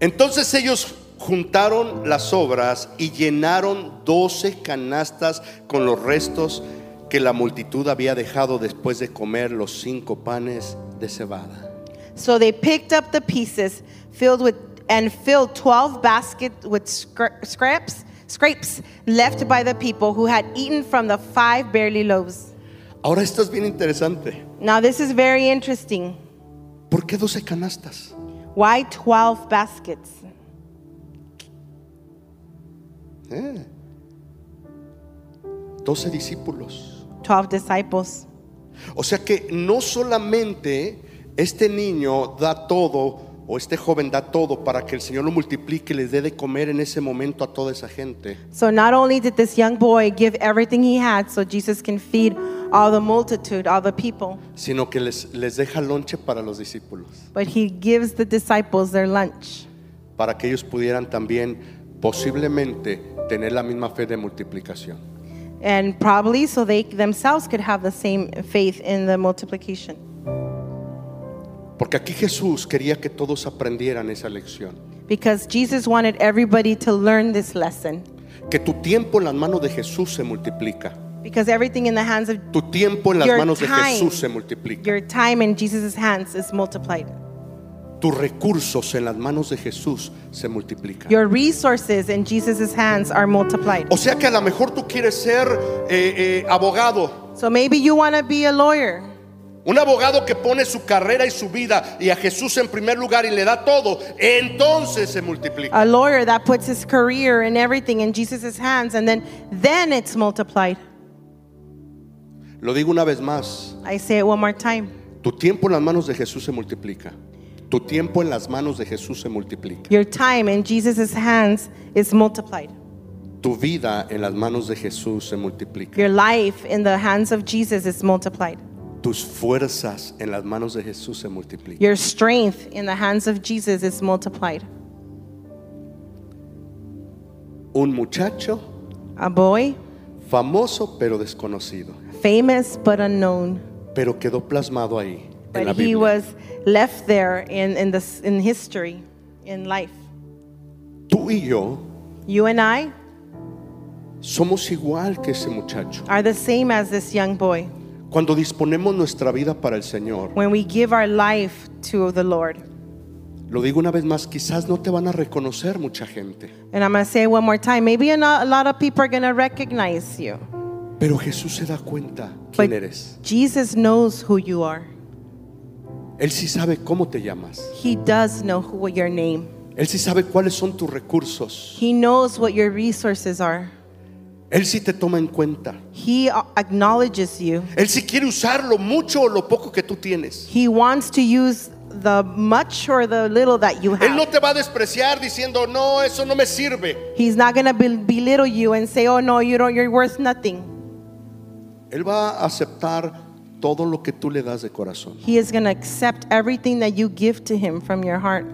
[SPEAKER 2] Entonces ellos juntaron las obras y llenaron 12 canastas con los restos que la multitud había dejado después de comer los cinco panes de cebada.
[SPEAKER 3] So they picked up the pieces filled with and filled 12 baskets with scra- scraps scrapes left by the people who had eaten from the five barley loaves.
[SPEAKER 2] Ahora esto es bien interesante.
[SPEAKER 3] Now this is very interesting.
[SPEAKER 2] ¿Por qué 12 canastas?
[SPEAKER 3] Why 12 baskets?
[SPEAKER 2] Eh. 12 discípulos.
[SPEAKER 3] 12 disciples.
[SPEAKER 2] O sea que no solamente este niño da todo o este joven da todo para que el Señor lo multiplique y les dé de comer en ese momento a toda esa gente,
[SPEAKER 3] So not only did this young boy give everything he had so Jesus can feed all the multitude, all the people,
[SPEAKER 2] sino que les, les deja lonche para los discípulos,
[SPEAKER 3] but he gives the disciples their lunch.
[SPEAKER 2] para que ellos pudieran también posiblemente tener la misma fe de multiplicación.
[SPEAKER 3] and probably so they themselves could have the same faith in the multiplication
[SPEAKER 2] Porque aquí Jesús quería que todos aprendieran esa lección.
[SPEAKER 3] because Jesus wanted everybody to learn this lesson
[SPEAKER 2] Que tu tiempo en las manos de Jesús se multiplica.
[SPEAKER 3] because everything in the hands of
[SPEAKER 2] Tu tiempo en las
[SPEAKER 3] Your
[SPEAKER 2] manos de
[SPEAKER 3] time.
[SPEAKER 2] Jesús se multiplica.
[SPEAKER 3] your time in Jesus' hands is multiplied
[SPEAKER 2] Tus recursos en las manos de Jesús se multiplican.
[SPEAKER 3] your resources in Jesus' hands are multiplied
[SPEAKER 2] O sea que a lo mejor tú quieres ser eh, eh, abogado.
[SPEAKER 3] so maybe you want to be a lawyer
[SPEAKER 2] Un abogado que pone su carrera y su vida y a Jesús en primer lugar y le da todo, entonces se multiplica.
[SPEAKER 3] a lawyer that puts his career and everything in Jesus' hands and then then it's multiplied
[SPEAKER 2] Lo digo una vez más,
[SPEAKER 3] I say it one more time
[SPEAKER 2] tu tiempo en las manos de Jesús se multiplica. Tu tiempo en las manos de Jesús se multiplica.
[SPEAKER 3] your time in Jesus' hands is multiplied
[SPEAKER 2] Tu vida en las manos de Jesús se multiplica.
[SPEAKER 3] Your life in the hands of Jesus is multiplied.
[SPEAKER 2] Tus fuerzas en las manos de Jesús se multiplican.
[SPEAKER 3] Your strength in the hands of Jesus is multiplied.
[SPEAKER 2] Un muchacho
[SPEAKER 3] A boy,
[SPEAKER 2] famoso pero desconocido,
[SPEAKER 3] famous but unknown,
[SPEAKER 2] pero quedó plasmado ahí en la
[SPEAKER 3] but he
[SPEAKER 2] Biblia.
[SPEAKER 3] was left there in, in, this, in history, in life.
[SPEAKER 2] Tú y yo
[SPEAKER 3] You and I,
[SPEAKER 2] Somos igual que ese muchacho.
[SPEAKER 3] are the same as this young boy.
[SPEAKER 2] Cuando disponemos nuestra vida para el Señor,
[SPEAKER 3] When we give our life to the Lord,
[SPEAKER 2] lo digo una vez más, quizás no te van a reconocer mucha gente,
[SPEAKER 3] and I'm going to say it one more time, maybe a no- a lot of people are going to recognize you.
[SPEAKER 2] pero Jesús se da cuenta quién
[SPEAKER 3] But
[SPEAKER 2] eres.
[SPEAKER 3] Jesus knows who you are.
[SPEAKER 2] Él sí sabe cómo te llamas.
[SPEAKER 3] He does know who your name.
[SPEAKER 2] Él sí sabe cuáles son tus recursos.
[SPEAKER 3] He knows what your resources are.
[SPEAKER 2] Él sí te toma en cuenta.
[SPEAKER 3] He a- acknowledges you.
[SPEAKER 2] Él sí quiere usar lo mucho o lo poco que tú tienes.
[SPEAKER 3] He wants to use the much or the little that you
[SPEAKER 2] Él no
[SPEAKER 3] have.
[SPEAKER 2] te va a despreciar diciendo, no, eso no me sirve.
[SPEAKER 3] He's not going to be- belittle you and say, "Oh no, you don't you're worth nothing."
[SPEAKER 2] Él va a aceptar todo lo que tú le das de corazón.
[SPEAKER 3] He is going to accept everything that you give to him from your heart.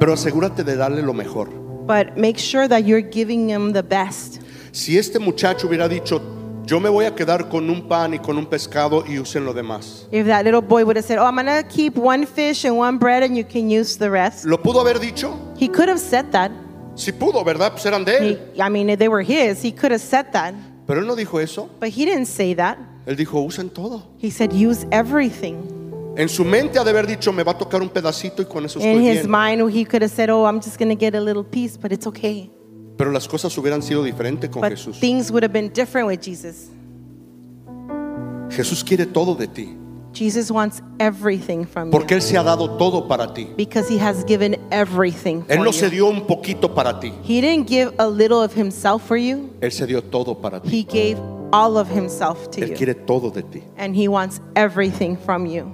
[SPEAKER 2] Pero asegúrate de darle lo mejor.
[SPEAKER 3] But make sure that you're giving him the best.
[SPEAKER 2] Si este muchacho hubiera dicho, yo me voy a quedar con un pan y con un pescado y usen lo demás.
[SPEAKER 3] If that little boy would have said, "Oh, I'm going to keep one fish and one bread and you can use the rest."
[SPEAKER 2] ¿Lo pudo haber dicho?
[SPEAKER 3] He could have said that.
[SPEAKER 2] Sí pudo, ¿verdad? Pues eran de
[SPEAKER 3] He,
[SPEAKER 2] él.
[SPEAKER 3] I mean, if they were his. He could have said that.
[SPEAKER 2] Pero él no dijo eso.
[SPEAKER 3] But he didn't say that.
[SPEAKER 2] Él dijo, usen todo.
[SPEAKER 3] He said, use everything.
[SPEAKER 2] En su mente ha de haber dicho, me va a tocar un pedacito y con eso
[SPEAKER 3] In
[SPEAKER 2] estoy
[SPEAKER 3] his
[SPEAKER 2] bien.
[SPEAKER 3] mind, he could have said, oh, I'm just going to get a little piece, but it's okay.
[SPEAKER 2] Pero las cosas hubieran sido diferentes con
[SPEAKER 3] But
[SPEAKER 2] Jesús.
[SPEAKER 3] things would have been different with Jesus.
[SPEAKER 2] Jesús quiere todo de ti,
[SPEAKER 3] Jesus wants everything from
[SPEAKER 2] porque
[SPEAKER 3] you
[SPEAKER 2] Él se ha dado todo para ti.
[SPEAKER 3] because he has given everything for
[SPEAKER 2] Él no se
[SPEAKER 3] you.
[SPEAKER 2] dio un poquito para ti,
[SPEAKER 3] He didn't give a little of himself for you.
[SPEAKER 2] Él se dio todo para ti.
[SPEAKER 3] He gave all of himself to
[SPEAKER 2] Él
[SPEAKER 3] you.
[SPEAKER 2] quiere todo de ti.
[SPEAKER 3] And he wants everything from you.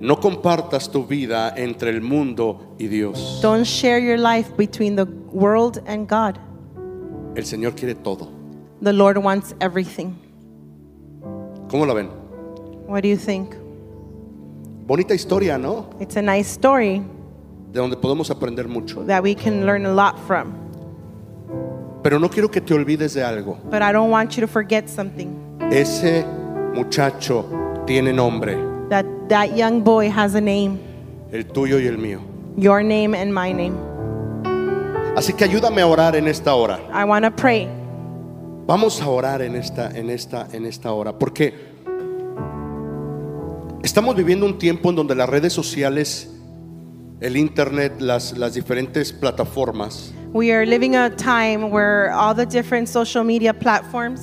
[SPEAKER 2] No compartas tu vida entre el mundo y Dios.
[SPEAKER 3] Don't share your life between the world and God.
[SPEAKER 2] El Señor quiere todo.
[SPEAKER 3] The Lord wants everything.
[SPEAKER 2] ¿Cómo lo ven?
[SPEAKER 3] What do you think?
[SPEAKER 2] Bonita historia, ¿no?
[SPEAKER 3] It's a nice story
[SPEAKER 2] De donde podemos aprender mucho.
[SPEAKER 3] that we can learn a lot from.
[SPEAKER 2] Pero no quiero que te olvides de algo.
[SPEAKER 3] But I don't want you to forget something
[SPEAKER 2] Ese muchacho tiene nombre,
[SPEAKER 3] that that young boy has a name,
[SPEAKER 2] el tuyo y el mío.
[SPEAKER 3] your name and my name.
[SPEAKER 2] Así que ayúdame a orar en esta hora.
[SPEAKER 3] I want to pray.
[SPEAKER 2] Vamos a orar en esta, en esta, en esta hora, porque estamos viviendo un tiempo en donde las redes sociales, el internet, las, las diferentes plataformas
[SPEAKER 3] We are living a time where all the different social media platforms,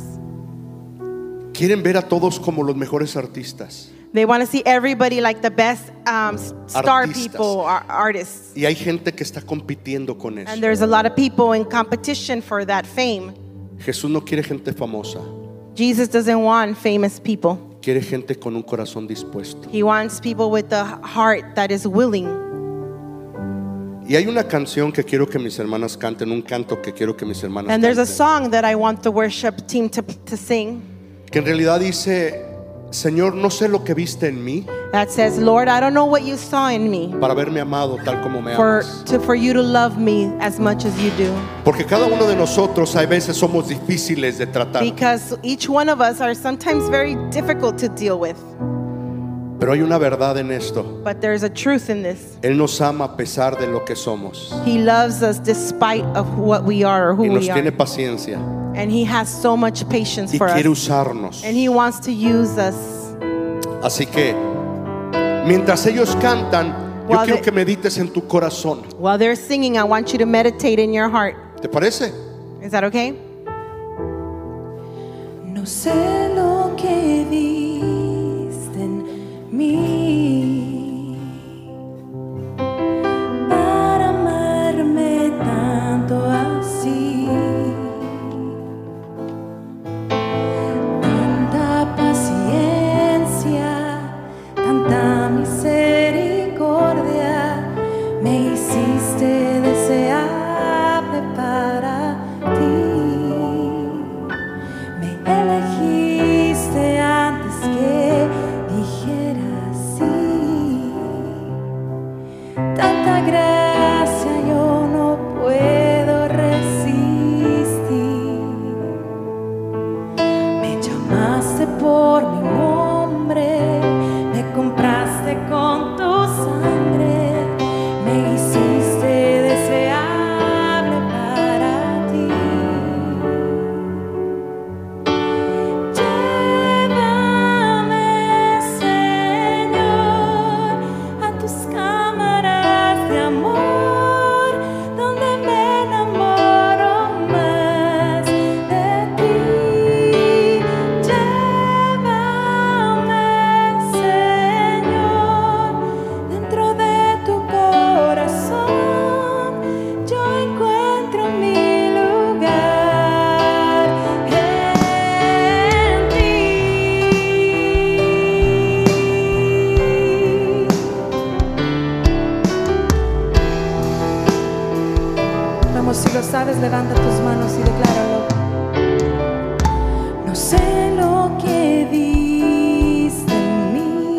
[SPEAKER 2] quieren ver a todos como los mejores artistas.
[SPEAKER 3] they want to see everybody like the best um, s- star
[SPEAKER 2] Artistas.
[SPEAKER 3] people, ar- artists.
[SPEAKER 2] Y hay gente que está compitiendo con
[SPEAKER 3] And
[SPEAKER 2] eso.
[SPEAKER 3] there's a lot of people in competition for that fame.
[SPEAKER 2] Jesús no quiere gente famosa,
[SPEAKER 3] Jesus doesn't want famous people.
[SPEAKER 2] quiere gente con un corazón dispuesto.
[SPEAKER 3] He wants people with the heart that is willing.
[SPEAKER 2] Y hay una canción que quiero que mis hermanas canten, un canto que quiero que mis hermanas
[SPEAKER 3] And there's a
[SPEAKER 2] canten.
[SPEAKER 3] song that I want the worship team to, to sing
[SPEAKER 2] que en realidad dice, Señor, no sé lo que viste en mí.
[SPEAKER 3] that says, Lord, I don't know what you saw in me
[SPEAKER 2] para haberme amado tal como me
[SPEAKER 3] for,
[SPEAKER 2] amas.
[SPEAKER 3] to, for you to love me as much as you do.
[SPEAKER 2] Porque cada uno de nosotros a veces somos difíciles de tratar,
[SPEAKER 3] Because each one of us are sometimes very difficult to deal with.
[SPEAKER 2] pero hay una verdad en esto.
[SPEAKER 3] But there's a truth in this.
[SPEAKER 2] Él nos ama a pesar de lo que somos
[SPEAKER 3] He loves us despite of what we are or who
[SPEAKER 2] y nos
[SPEAKER 3] we
[SPEAKER 2] tiene
[SPEAKER 3] are.
[SPEAKER 2] paciencia
[SPEAKER 3] And he has so much patience
[SPEAKER 2] y
[SPEAKER 3] for
[SPEAKER 2] quiere
[SPEAKER 3] us.
[SPEAKER 2] usarnos.
[SPEAKER 3] And he wants to use us.
[SPEAKER 2] Así que mientras ellos cantan, yo
[SPEAKER 3] While
[SPEAKER 2] quiero
[SPEAKER 3] they-
[SPEAKER 2] que medites en tu corazón.
[SPEAKER 3] While they're singing, I want you to meditate in your heart.
[SPEAKER 2] ¿Te parece?
[SPEAKER 3] Is that okay?
[SPEAKER 4] No sé lo que viste en mí para amarme tanto así. Tanta paciencia, tanta misericordia me hiciste deseable para ti. Me elegiste antes que dijera sí. Tanta gracia yo no puedo resistir. Me llamaste por mi nombre, me compraste con tu sangre, me hiciste deseable para ti. levanta tus manos y decláralo. No sé lo que viste en mí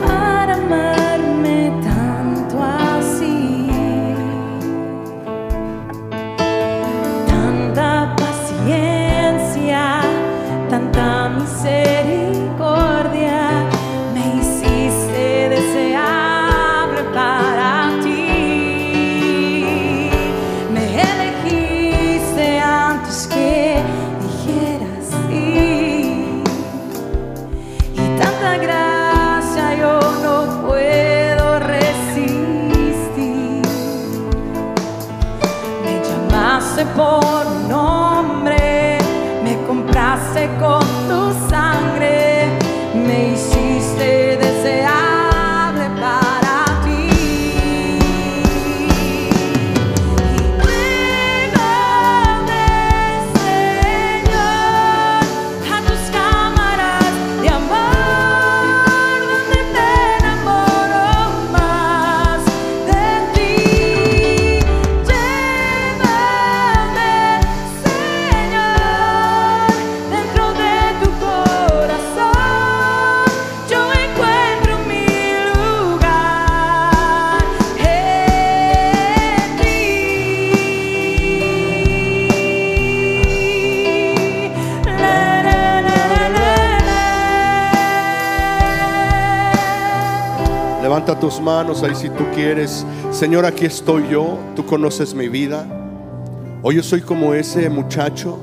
[SPEAKER 4] para amarme tanto así, tanta paciencia, tanta misericordia, me hiciste deseable para ti, me elegiste antes que dijera sí. Y tanta gracia yo no puedo resistir. Me llamaste por un nombre, me compraste con tu sangre, me hiciste deseable para ti. Vuelve, Señor, a tus cámaras de amor, donde te enamoro más de ti. Llévame, Señor, dentro de tu corazón, yo encuentro mi lugar en ti. La, la, la, la, la, la.
[SPEAKER 2] Levanta tus manos ahí si tú quieres. Señor, aquí estoy yo. Tú conoces mi vida. Hoy yo soy como ese muchacho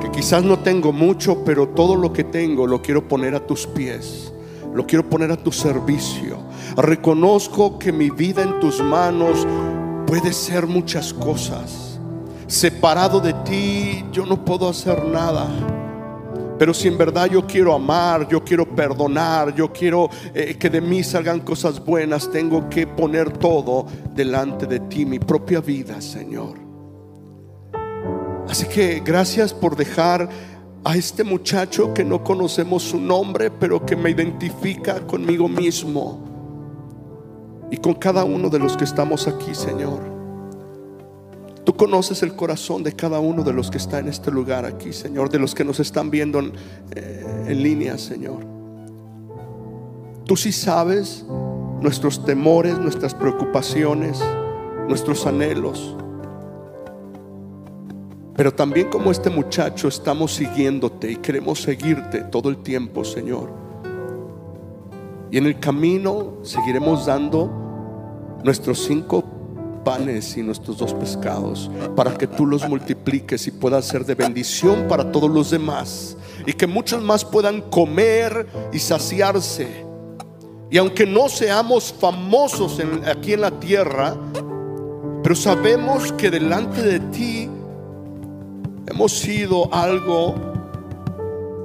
[SPEAKER 2] que quizás no tengo mucho, pero todo lo que tengo lo quiero poner a tus pies. Lo quiero poner a tu servicio. Reconozco que mi vida en tus manos puede ser muchas cosas. Separado de ti, yo no puedo hacer nada. Pero si en verdad yo quiero amar, yo quiero perdonar, yo quiero eh, que de mí salgan cosas buenas, tengo que poner todo delante de ti, mi propia vida, Señor. Así que gracias por dejar a este muchacho que no conocemos su nombre, pero que me identifica conmigo mismo y con cada uno de los que estamos aquí, Señor. Tú conoces el corazón de cada uno de los que está en este lugar aquí, Señor, de los que nos están viendo en, eh, en línea, Señor. Tú sí sabes nuestros temores, nuestras preocupaciones, nuestros anhelos. Pero también como este muchacho estamos siguiéndote y queremos seguirte todo el tiempo, Señor. Y en el camino seguiremos dando nuestros cinco panes y nuestros dos pescados, para que tú los multipliques y puedas ser de bendición para todos los demás, y que muchos más puedan comer y saciarse. Y aunque no seamos famosos en- aquí en la tierra, pero sabemos que delante de ti hemos sido algo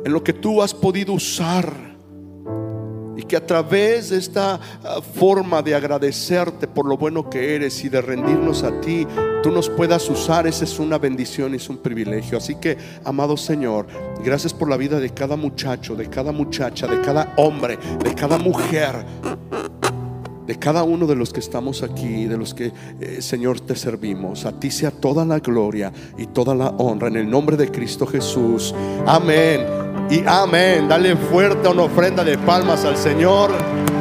[SPEAKER 2] en lo que tú has podido usar y que a través de esta ah, forma de agradecerte por lo bueno que eres y de rendirnos a ti, tú nos puedas usar. Esa es una bendición, es un privilegio. Así que, amado Señor, gracias por la vida de cada muchacho, de cada muchacha, de cada hombre, de cada mujer, de cada uno de los que estamos aquí, de los que, eh, Señor, te servimos. A ti sea toda la gloria y toda la honra en el nombre de Cristo Jesús. Amén. Y amén. Dale fuerte una ofrenda de palmas al Señor.